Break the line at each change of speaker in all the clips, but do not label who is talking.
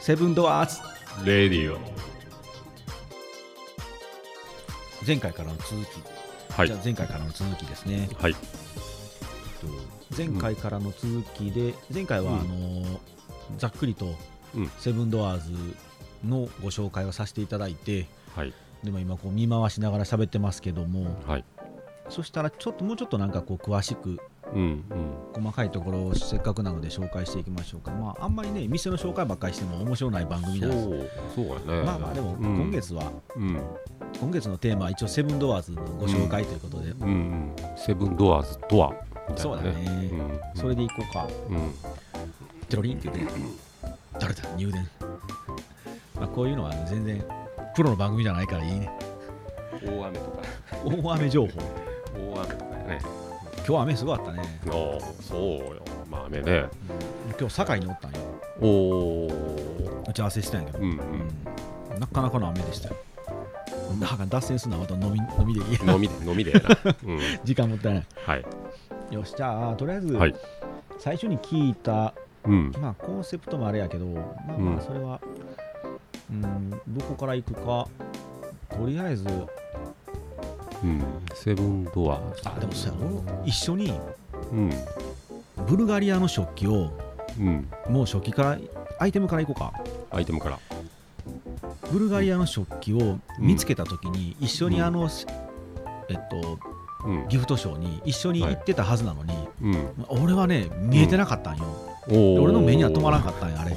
セブンドアーズ
レディオ
前回からの続き、
はい
じゃあ前回からの続きですね、
は
え
い
っと前回からの続きで、前回は
うん
あのーざっくりと
うん
セブンドアーズのご紹介をさせていただいて
はい
でも今こう見回しながら喋ってますけども
はい
そしたらちょっともうちょっとなんかこう詳しく
うん
細かいところをせっかくなので紹介していきましょうかまああんまりね店の紹介ばっかりしても面白ない番
うん
組
そ
なんです
うそうやね
まあまあでも
うん
今月は、
うん
今月のテーマは一応セブンドアーズのご紹介ということで、
うんうんセブンドアーズとはみたい
そう
な
だ
ね
ね、
ん
それでいこうか
うん
テロリンって言って誰だ入電まあこういうのは全然プロの番組じゃないからいいね
大雨とか
大雨情報
大雨とかやね
今日雨すごかったね、
おーそうよまあ雨ね
うん今日堺におったんよ
おお
打ち合わせしたんやけど、
うんう
うん
ん
なかなかの雨でしたよなんか脱線するのはまた飲み飲みでき
飲み で飲みでやなうん
時間もったいない
はい
よしじゃあとりあえず、
はい
最初に聞いた
うん
まあコンセプトもあれやけど、まあま
う
あ
ん
それは、うん、どこから行くか、とりあえず、
うんセブンドアーズ
あ、でもさ、俺一緒に
うん
ブルガリアの食器を、
うん
もう食器から、アイテムから行こう
アイテムから
か。ブルガリアの食器を見つけたときに、一緒にあの、えっと、
うん
ギフトショーに一緒に行ってたはずなのに、
うん
俺はね、見えてなかったんよ。
おー
で俺の目には止まらんかったんや、あれ。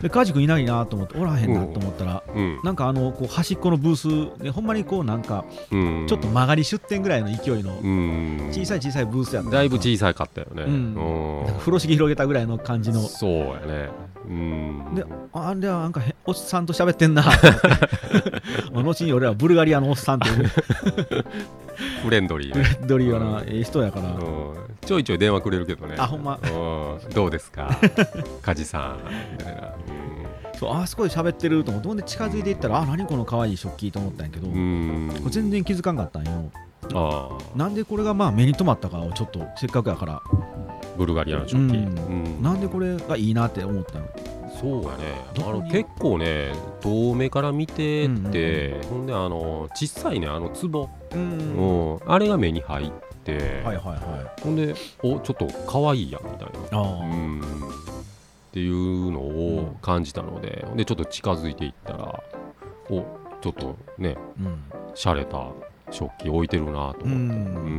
で、カジ君いないなと思って、おらへんなと思ったら、
うん
なんかあのこう端っこのブースでほんまにこうなんか
うん
ちょっと曲がり出店ぐらいの勢いの
うん
小さい小さいブースやった
だいぶ小さかったよね。
うん
うん
なんか風呂敷広げたぐらいの感じの
そうやね。うん。
でああれはなんかへおっさんと喋って んなと思って後に俺はブルガリアのおっさんっていう
フレンドリー
ブ
ね
レ。ッドリーはなええ人やから
うんちょいちょい電話くれるけどね。
あほんま
うんどうです か、カジさん。みたいな。
そうあそこで喋ってると思ってほんで近づいていったらあ何この可愛い食器と思ったんやけど
う
こ
ん。うん
れ全然気づかんかったんよ
あ
なんでこれがまあ目に留まったかをちょっとせっかくやから
あ、ブルガリアの食器。
うん
うん
なんでこれがいいなって思ったの
そうやね。あ
どこ
の
に
結構ね、遠目から見て
うんうん
て、ほんであの小さいねあの壺、
うんは
うん、あれが目に入って、
いはいはい
ほんでおちょっと可愛いやんみたいな。
ああ
うんっていうのを感じたので、でちょっと近づいていったらおちょっとね
うん
洒落た食器置いてるな
う
と思って、うん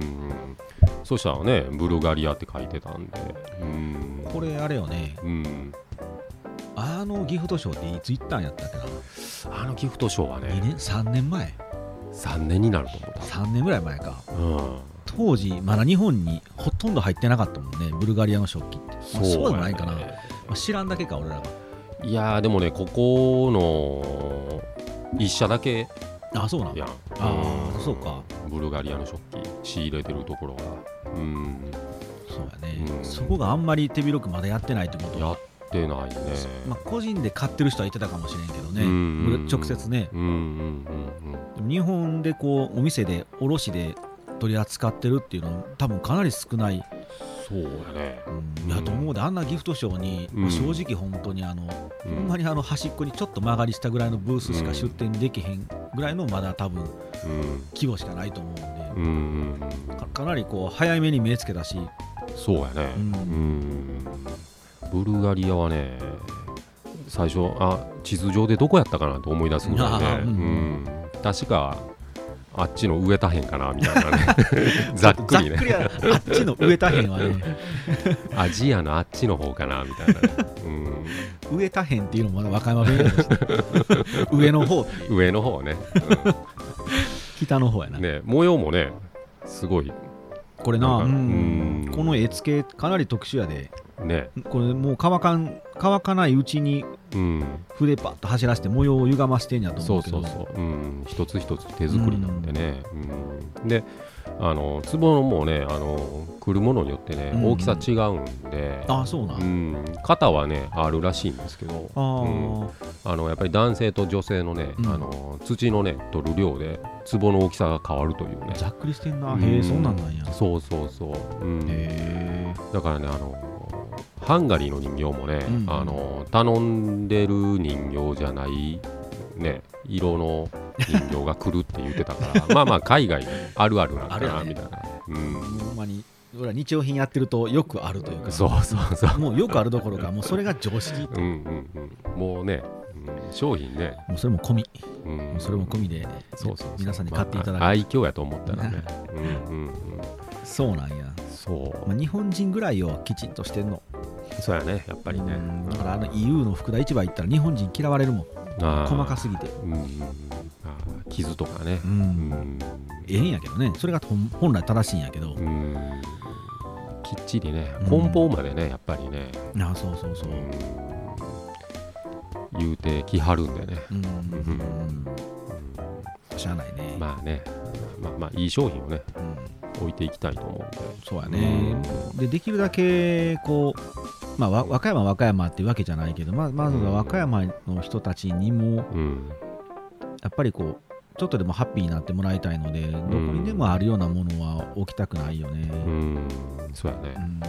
ん
そしたらねブルガリアって書いてたんでうん
これあれよね
うん、
あのギフトショーっていつ行ったんやったっけな
あのギフトショーは
2
ね
年3年前
3年になると思
3年ぐらい前か
っ
当時まだ日本にほとんど入ってなかったもんねブルガリアの食器って、まあ
た、
そ
うん、
うでも
や
な
ね
いかな、まあ知らんだけか俺らが
いやーでもねここの一社だけ
あそうなん
やん
あー
ん
そうか
ブルガリアの食器仕入れてるところがうん
そうやね、
うん
そこがあんまり手広くまだやってないってこと
やってないね
まあ、個人で買ってる人は言ってたかもしれんけどね、
うんうんうん
ブル直接ね
うんうんうんうん
でも日本でこうお店で卸で取り扱ってるっていうのは多分かなり少ない
そうやね
うんやと思うであんなギフトショーに、
うん
正直本当にあの、
う
ほんまにあの端っこにちょっと曲がりしたぐらいのブースしか出店できへんぐらいのまだ多分
うん
規模しかないと思うんで、
うんうんうん
かかなりこう早めに目つけたし、
そうやね
うん
うんブルガリアはね最初あ地図上でどこやったかなと思い出すぐらい
あ
ね
ー
う
うん
ん確かあっちの上たへんかなみたい なねざっくりね
やあっちの植えたへんはね
アジアのあっちの方かなみたいなね
植えたへんっていうのもまだ和歌山弁やし上の方
うん上の方ね
北の方やな、
ね模様もねすごい
これな
なんか
うん
うん
この絵付けかなり特殊やで
ね
これもう乾かん乾かないうちに
うん
筆パッと走らせて模様を歪ましてんやと
そ
思う
う
け
そ
ど
うそう、うん、一つ一つ手作りなんでね、うんであの壺もねあの来るものによってね、
うん
大きさ違うんで、
あそうなん、
うん、肩はねあるらしいんですけど
あー、
うんあのやっぱり男性と女性のね、
うん
あの土のね取る量で壺の大きさが変わるというね
ざっくりしてんな、
うん
へえそんなんなんや
そうそうそう、う
へ
ん、
え
だからねあのハンガリーの人形もね、
うん
あの頼んでる人形じゃない、ね、色の人形が来るって言って たからまあまあ海外にあるあるなんだ
あるよ
な
ね
みたいな、うん、
ほんまに俺ら日用品やってるとよくあるというか
そうそうそう、
もうよくあるどころかもうそれが常識も
うんうんうん、もうね、うん商品ね、
うそれも込み
うん
もうそれも込みで、
そうそうそう
皆さんに買っていただく、
まあ愛嬌やと思ったらね、うんうんうん、
そうなんや、
そう
まあ、日本人ぐらいをきちんとしてんの
そうやねやっぱりね、
うんだからあの EU の福田市場行ったら日本人嫌われるもん
あー
細かすぎて
うんうんうんあー傷とかね
う、
うんん
ええんやけどねそれが本本来正しいんやけど
う、ん、きっちりね
うん
梱包までねやっぱりね、
あそうそうそうう、
ん、言うてきはるんでね、
うん
ん
しゃあないね、
まあねまあまあいい商品をね
うん、
置いていきたいと思うんで
そうやね、でできるだけこう、まあ、わ和歌山和歌山っていうわけじゃないけどままずは和歌山の人たちにも
うん
やっぱりこうちょっとでもハッピーになってもらいたいのでどこにでもあるようなものは置きたくないよね、
うんそうや
う
ね、
ん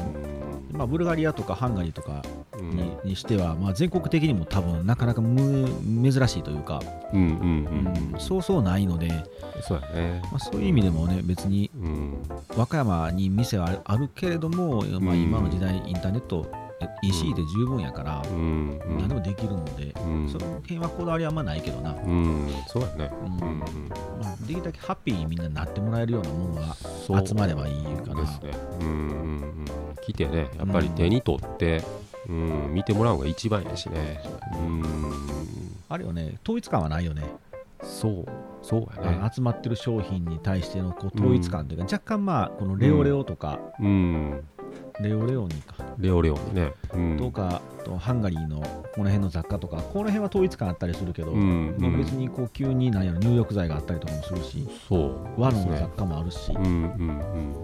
まあ、ブルガリアとかハンガリーとか
う
に,、
ん
にしては、まあ、全国的にも多分なかなかむ珍しいというか、
うんうんうんうん
そうそうないので、
そうやね
まあ、そういう意味でもね別に
うん
和歌山に店はあるあるけれども、まあ、
うん
今の時代インターネット EC で十分やから
う、んうん
何でもできるので、
うん
その辺はこだわりはあんまないけどな、
うんそうやね
うん
うん
まあ、できるだけハッピーにみんななってもらえるようなものは
そう
集まればいいかな
ですねうんうんうん来てねやっぱり手に取ってうん見てもらうのが一番やしねうん
あるよね統一感はないよね
そうそうや
あ
ね
の集まってる商品に対してのこう統一感というか、若干まあこのレオレオとか、
うん
レオレオニか、
レオレオにねうん
とかあとハンガリーのこの辺の雑貨とかこの辺は統一感あったりするけど、
うん
まあ別にこう急に何やろ入浴剤があったりとかもするし
そう
和
です
の雑
ね
貨もあるし、
うんうん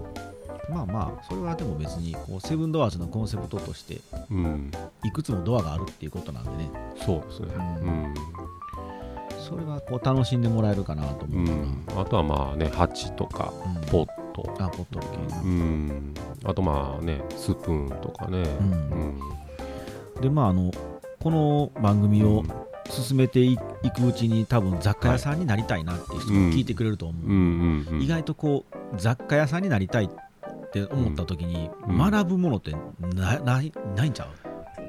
まあまあそれはでも別にこうセブンドアーズのコンセプトとして
うんうん
いくつもドアがあるっていうことなんでね
そうですねうん
それはこう楽しんでもらえるかなと
う
思うかな、
んあとはまあね鉢とか
うん
ポット
あポット系な
うんあとまあねスプーンとかね
うんでまああのこの番組
う
を
ん
進めていいくうちに多分雑貨屋さんになりたいなっていう人も聞いてくれると思う、
うんうんうん
意外とこう雑貨屋さんになりたいって思った時に、
うん
学ぶものってなないないんちゃ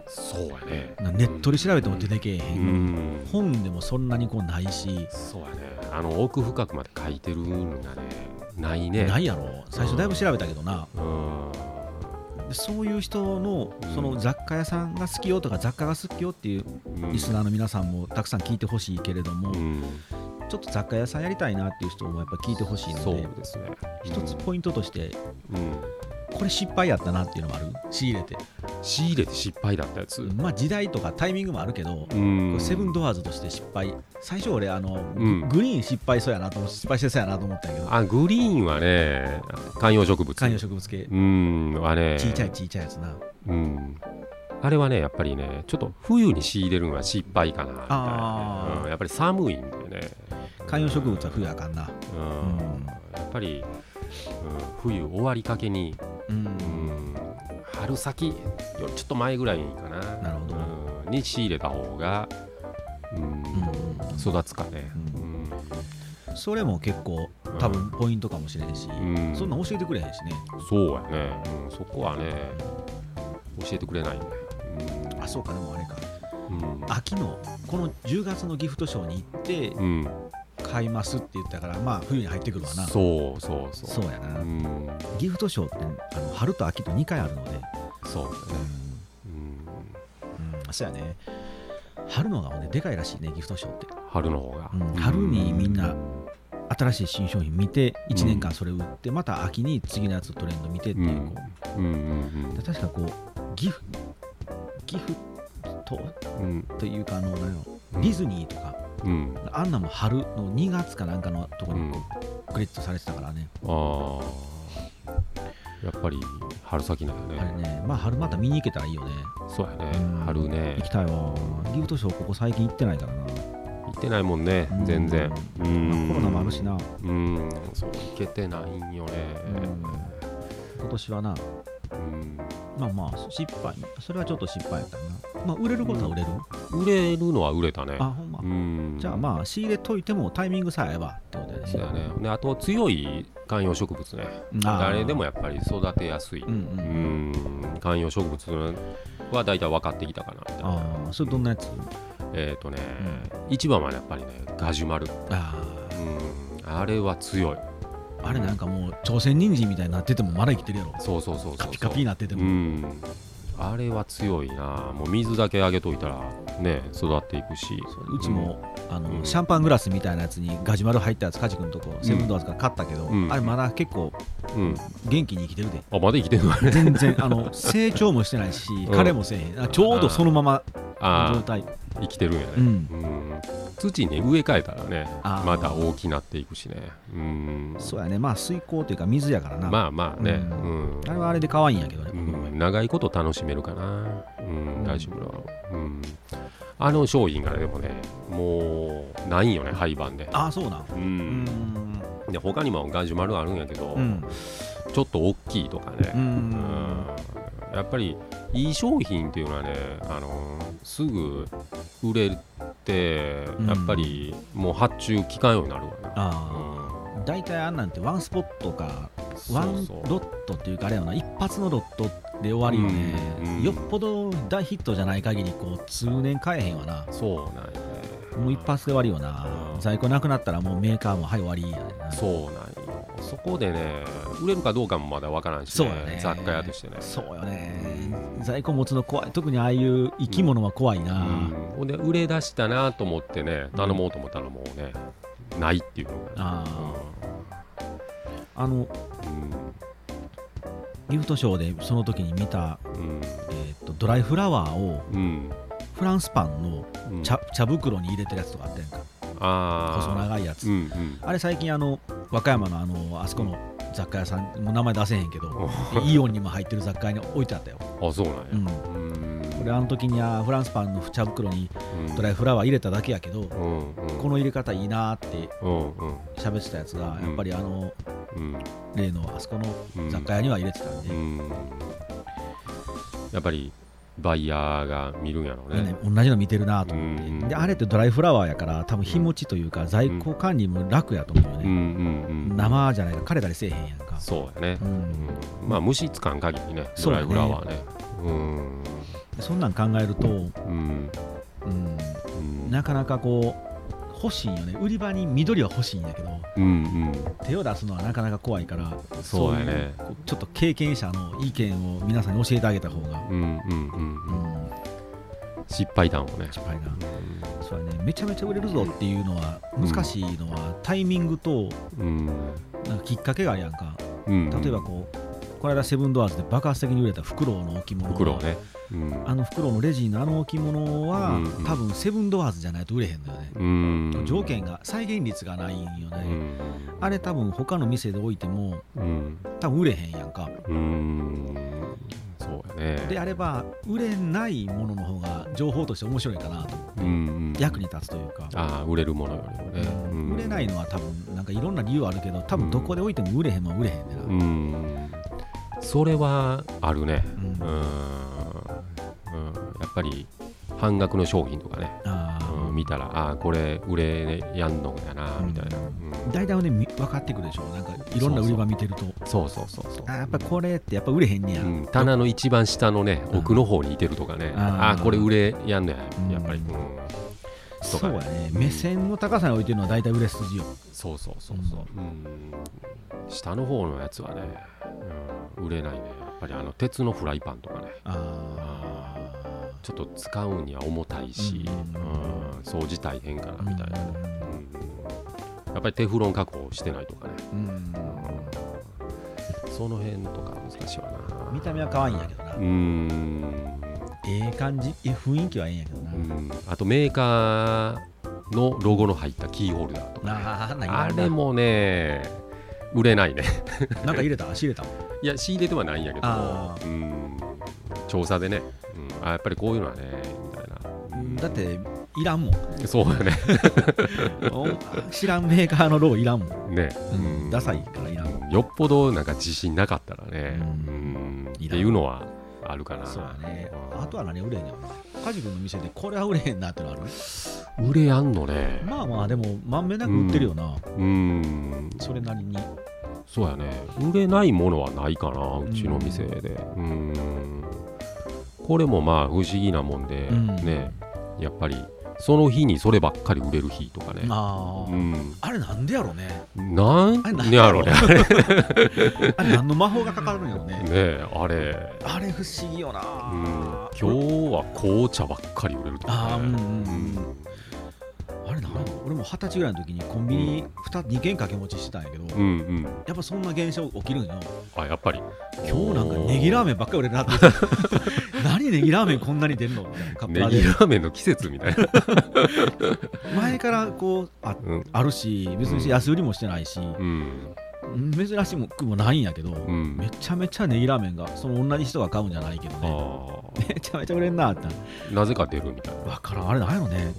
そうやね
うなネットで調べても出てけえへ、
うんん
本でもそんなにこうないし、
そうやねあの奥深くまで書いてるのがねないね
ないやろ最初だいぶ調べたけどな、
うん
でそういう人の
うん
その雑貨屋さんが好きよとか雑貨が好きよっていう
うん
リスナーの皆さんもたくさん聞いてほしいけれども、
うん
ちょっと雑貨屋さんやりたいなっていう人もやっぱ聞いてほしいの
そう
で
ですね
一つ
イ
ポイントとして
ン
これ失敗やったなっていうのもある仕入れて
ト仕入れて失敗だったやつ
まあ時代とかタイミングもあるけど、こ
ん
れセブンドアーズとして失敗最初俺あの、
うん
グリーン失敗そうやなと思って失敗してそうやなと思ったんやけど
あグリーンはね観葉植物
観葉植物系
うんはね
ちいちゃいちいちゃいやつな
うんあれはねやっぱりねちょっと冬に仕入れるのは失敗かなみたいな
あー
ねうんやっぱり寒いんだよね
観葉植物は冬あかんな
うん
うん
やっぱりうん冬終わりかけに
うん
うん春先よりちょっと前ぐらいかな
なるほど
うんに仕入れた方が、うん
うん
育つかね、
う
うん
それも結構多分ポイントかもしれへんし、
うん
そんなん教えてくれへんしね
そうやね、うんそこはね教えてくれないね、
あそうかでもあれか
うんうん
秋のこの10月のギフトショーに行って
うん
買いますって言ったからまあ冬に入ってくるわな
そうそうそう
そうやな、
うん
ギフトショーってあの春と秋と2回あるので、
そうだね、うん、
うん、そうやね春の方がねでかいらしいねギフトショーって
春の方が、
うん春にみんな新しい新商品見て1年間それ売って、また秋に次のやつトレンド見てっていう,、
うん
こ
うんうん
うで確かこうギフギフト
うんうん
というかあのなんやろ
うん
ディズニーとか、
うん
あんなんも春の2月かなんかのとこ
う
に
ん
こうクレジットされてたからね、
あーやっぱり春先なんよね
あれねまあ春また見に行けたらいいよね
そうやね
うん、
春ね
行、きたいわギフトショーここ最近行ってないからな、
行ってないもんね
うん、
全然。うん
まあコロナもあるし。な
うん、そう、行けてないんよね。
今年はな
うん
まあまあ失敗それはちょっと失敗やったな、まあ、売れることは売れる、
売れるのは売れたね
あほんま、
うん
じゃあまあ仕入れといてもタイミングさえ合えばってことやね
そうやねであと強い観葉植物ね誰でも
や
やっぱり育てやすい、
う
う
う
ん、
んん、
観葉植物は大体分かってきたかなみたいな
ああそれどんなやつ
えっ、とね、一番はやっぱりねガジュマル、う
あ
ん、あれは強い
ああれなんかもう朝鮮人参みたいになっててもまだ生きてるやろ
そうそうそうそうそう
カピカピになってて
う
も、
んあれは強いなもう水だけあげといたらね育っていくし
そううちも、あの
うん
シャンパングラスみたいなやつにガジュマル入ったやつカジ君のとこセブンドアーズから買ったけど、
うん
あれまだ結構
うん、うん
元気に生きてるで
あまだ生きて るの
全然あ の成長もしてないし
ん
彼もせえへんあちょうどそのままの状
ああ
態
生きてるんやね、
うん
うん土にね植え替えたらね
あー
まだ大きなっていくしねうん
そうやねまあ水耕というか水やからな、
まあまあね、
う
うんん
あれはあれで可愛いんやけどね、
うん、長いこと楽しめるかな、うん
うん
大丈夫だ、うん、あの商品がねでもねもうないんよね廃盤で、
ああそうなん
う、
うんん
で他にもガジュマルあるんやけど、
うん
ちょっと大きいとか
う
ね、うん
ん
やっぱりいい商品っていうのはね、あのすぐ売れて
うん
やっぱりもう発注期間ようになるわな、
ああ大体あんなんてワンスポットか
うん
ワ
そう
ン
そう
ロットっていうかあれやな一発のロットで終わりよね、
うんうん
よっぽど大ヒットじゃない限りこう通年買えへんわな
そうなんよね
もう一発で終わりよな、
うん
在庫なくなったらもうメーカーもはい終わりやねんな
そうなんよそこでね売れるかどうかもまだわからんし、
そう
ね
やね
雑貨屋としてね
そうよね在庫持つの怖い特にああいう生き物は怖いな、
うんほんで売れ出したなと思ってね頼もうと思ったらもうねないっていうの
あ
が、
あの
う
ギフトショーでその時に見た、
ん
えー、とドライフラワーを
うん
フランスパンの
うん
茶茶袋に入れてるやつとかあったやんか
あ
細
あ
長いやつ、
うんうん
あれ最近あの和歌山のあのあそこの雑貨屋さんもう名前出せへんけど
お
イオンにも入ってる雑貨屋に置いてあったよ、
あそうなんや、
うん、
うん
俺あの時にはフランスパンの茶袋に
うん
ドライフラワー入れただけやけど
うんうん
この入れ方いいなーって
うんうん
喋ってたやつがやっぱりあの
うん
例のあそこの
うん
雑貨屋には入れてたんで、
うんやっぱりバイヤーが見るんやろうね
ね同じの見てるなと思って、
うん
であれってドライフラワーやから多分日持ちというか在庫管理も楽やと思うよ
うん
ね、
うんうん
生じゃないか枯れたりせえへんやんか
そうやね
う、ん
うん、まあ虫つかん限りね
そ
ド
う
ラ
や
イ
ね
フラワーねうん
そんなん考えると、
うん
うん、
うん
なかなかこう欲しいよね売り場に緑は欲しいんだけど
うんうん
手を出すのはなかなか怖いから
そうや
い
ね
こうちょっと経験者の意見を皆さんに教えてあげた方が、
うんうんうん
う
うん
ん、
失敗談をね
失敗なそうやねめちゃめちゃ売れるぞっていうのは難しいのはタイミングと
うん
なんかきっかけがあるやんか
うん
例えばこうこの間セブンドアーズで爆発的に売れたフクロウの置物
袋をねうん
あのフクロウのレジのあの置物は、
うんうん
多分セブンドアーズじゃないと売れへんのよね、
うん
条件が再現率がないんよ
う
ね、
ん
あれ多分他の店で置いても
うん
多分売れへんやんか
うんそうやね
であれば売れないものの方が情報として面白いかなと
うんうん
役に立つというか、
ああ売れるものよりもねうん
売れないのは多分なんかいろんな理由あるけど多分どこで置いても売れへんのは売れへんねんな、
うんそれはあるね
うん
うんうんやっぱり半額の商品とかね
あ
うん見たらああこれ売れやんのやなみたいなうん
ー大体はねみ分かってくるでしょなんかいろんな売り場見てると
そうそうそうそう
あーやっぱこれってやっぱ売れへんねや、
うん、棚の一番下のね
うん
奥の方にいてるとかね、
あ
あ
ー
あこれ売れやんのや
うん
やっぱり、うん
そ
とか
う
ね
やね目線の高さに置いてるのは大体売れ筋よ
そうそうそうそう、うん下の方のやつはね、うん売れないねやっぱりあの鉄のフライパンとかね
あー
ちょっと使うには重たいし、
う
うんん掃除大変かなみたいな、ね
うん
うんやっぱりテフロン加工してないとかね、
うん
うんその辺とか難しいわな
見た目は可愛いんやけどな、
うん
ええ感じえ雰囲気はええんやけどな、
うんあとメーカーのロゴの入ったキーホルダーとか、ね、
なあなんか
あ
いら
れ
んな
もね売れないね
なんか入れた仕入れた
いや仕入れてはないんやけど
あー
うん調査でね、うん、あやっぱりこういうのはねみたいな、うん
だっていらんもん
そう だね
お知らんメーカーのロゴいらんもん、
ね、
うん
うん
ダサいからいらんもん
よっぽどなんか自信なかったらね、
う
うんん
いらん
っていうのはあるかな
そうだね
うん
あとは何売れへんやろな梶君の店でこれは売れへんなってのある
売れやんのね
まあまあでもまんべんなく売ってるよな、
うん
それなりに
そうやね売れないものはないかなうちの店でうんこれもまあ不思議なもんで、
うん
ねやっぱりその日にそればっかり売れる日とかね
ああ、
うん
あれなんでやろね
なん
あれなん
ねやろね
あれ何の魔法がかかるんやろね
ねえあれ
あれ不思議よな、
うん、今日は紅茶ばっかり売れると
ああ
か
う
ね
んうん
う
うん
ん
あれなんやろ俺も二十歳ぐらいの時にコンビニ 2, 二軒掛け持ちしてたんやけど、
うんうん
やっぱそんな現象起きるんよ
あやっぱり
今日なんかネギラーメンばっかり売れるなって 何ネギラーメンこんなに出るのみたいなカップラ
ネ
で
ギラーメンの季節みたいな、
前からこうあ
うん
あるし別に安売りもしてないし、
うん
珍しくもないんやけど、
うん
めちゃめちゃネギラーメンがその同じ人が買うんじゃないけどね
あ
めちゃめちゃ売れんなって
あなぜか出るみたいな、
わからんあれなんやろね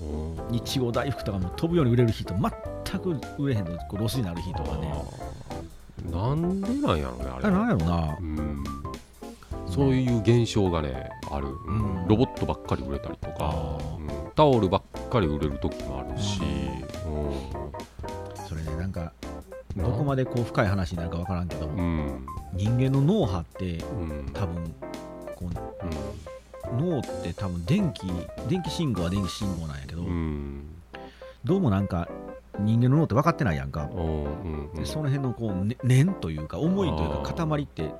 うん
いちご大福とかも飛ぶように売れる日と全く売れへんのこうロスになる日とかね
あーなんでなんやろねあ
あ
れ
れなんやろな
うんそういう現象がねある、
ん
ロボットばっかり売れたりとか、
あー
うんタオルばっかり売れる時もあるし、う
それねなんか
ん、
どこまでこう深い話になるかわからんけど、
うん
人間の脳波って
うん
多分こう脳って多分電気電気信号は電気信号なんやけど、
うんうん
どうもなんか人間の脳って分かってないやんか、
うんうん
でその辺のこう、ね、念というか思いという
あ
か
ー
塊って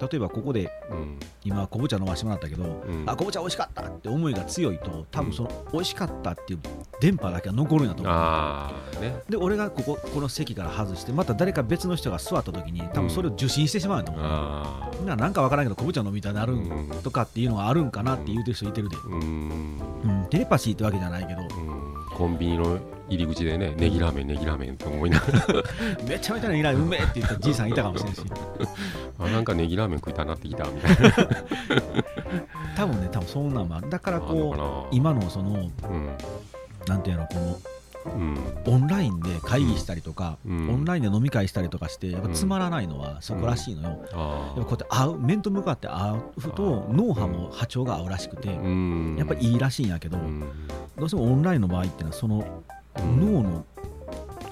例えばここで
うん
今昆布茶飲ましてもらったけど、
うん
あ昆布茶美味しかったって思いが強いと多分その美味しかったっていう電波だけは残るんやと思う
ああね
で俺がこここの席から外してまた誰か別の人が座った時に多分それを受信してしまうんやと思う、
あ
みんななんかわからんけど昆布茶飲みたいになるん
うん
とかっていうのがあるんかなって言うてる人いてるで、
ーうん
うん、テレパシーってわけじゃないけど
うんコンビニの入り口でねネギラーメンネギラーメンと思いながら
めちゃめちゃな依頼うめえって言ったじいさんいたかもしれんし
あなんかネギラーメン食いたなってきたみたいな
多分ね多分そんなんもあるだから
あんのか
こう
な
今のその
うん
なんていうのこの
うん
オンラインで会議したりとか、
うん
オンラインで飲み会したりとかしてやっぱつまらないのはそこらしいのよ、やっ
あ
ぱこうやって会う面と向かって会うと脳波も波長が合うらしくて、
うん
やっぱいいらしいんやけど、
うん
どうしてもオンラインの場合っていうのはその
うん
脳の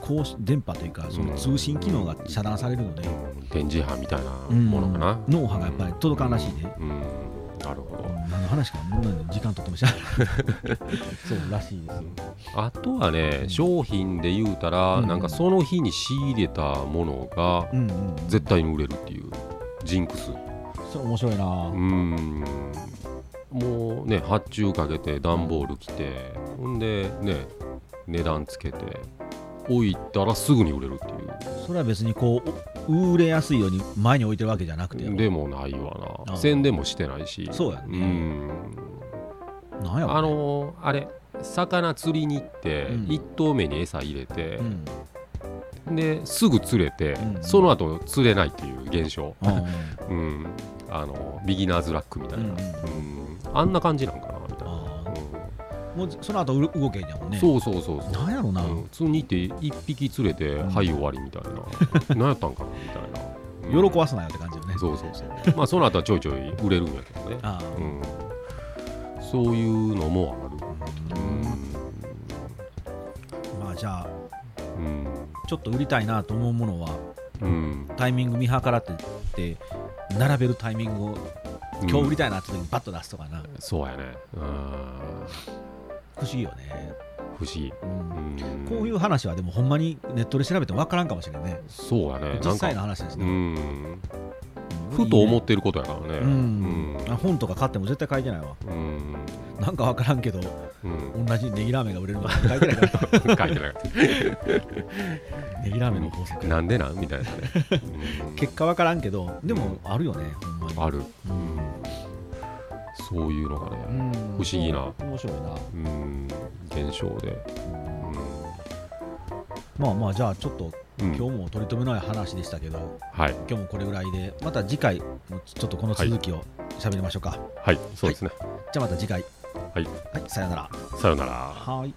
こう電波というかその通信機能が遮断されるので、
うん電磁波みたいな
うん
ものかな、
脳波がやっぱり届かんらしいで、
うんなるほど、
何の話かもうなんで時間とってもしゃ あないそうらしいですよ
あとはね、
うん
商品で言うたら、
うん
なんかその日に仕入れたものが
うんうん
絶対に売れるっていうジンクス
そう面白いな、
うんもうね発注かけて段ボール来てほんでね値段つけて置いたらすぐに売れるっていう
それは別にこうお売れやすいように前に置いてるわけじゃなくて
でもないわ
あ
な
ー
宣伝もしてないし
そうや
う
ね、
ん
なんやろ
あのーあれ魚釣りに行って、
うん
一1投目に餌入れて
う、ん
ですぐ釣れて、
うん
その後釣れないっていう現象、
あ
うんあのビギナーズラックみたいな、
うんうん
うんあんな感じなんかなみたいな、
あーもうその後う動けんやもん
うん
ね
そうそうそうそう
なんやろな、
うん普通に行って1匹釣れて、
うん
はい終わりみたい な何やったんかなみたいな、うん
喜ばすなよって感じよね
そうそうそうまあその後はちょいちょい売れるんやけどね、
ああ、
うん、そういうのもある
まあじゃあ
うん
ちょっと売りたいなと思うものは
うん
タイミング見計らってって並べるタイミングを今日売りたいなって時にバッと出すとかな、
そうやねうん
不思議よね、
不思議
うん
うん
こういう話はでもほんまにネットで調べてもわからんかもしれんね
そうやね
実
なんか
際の話です
う
ね、
ん
うん
ふと思
っ
ってることやからね
う
うん
ん、あ本とか買っても絶対書いてないわ
うん
なんかわからんけど
うん
同じネギラーメンが売れるのは書いてないから
書いてなかった
ネギラーメンの法則
なんでなんみたいなねうん
結果わからんけどでもあるよねほんまに
ある
うん
そういうのが
う
ね
ん
不思議な
面白いな、
うん現象で
うんまあまあじゃあちょっと
うん
今日も取り留めない話でしたけど、
はい
今日もこれぐらいでまた次回もちょっとこの続きを喋りましょうか、
はいそうですね
じゃあまた次回
はい
はい、さよなら
さよなら
はい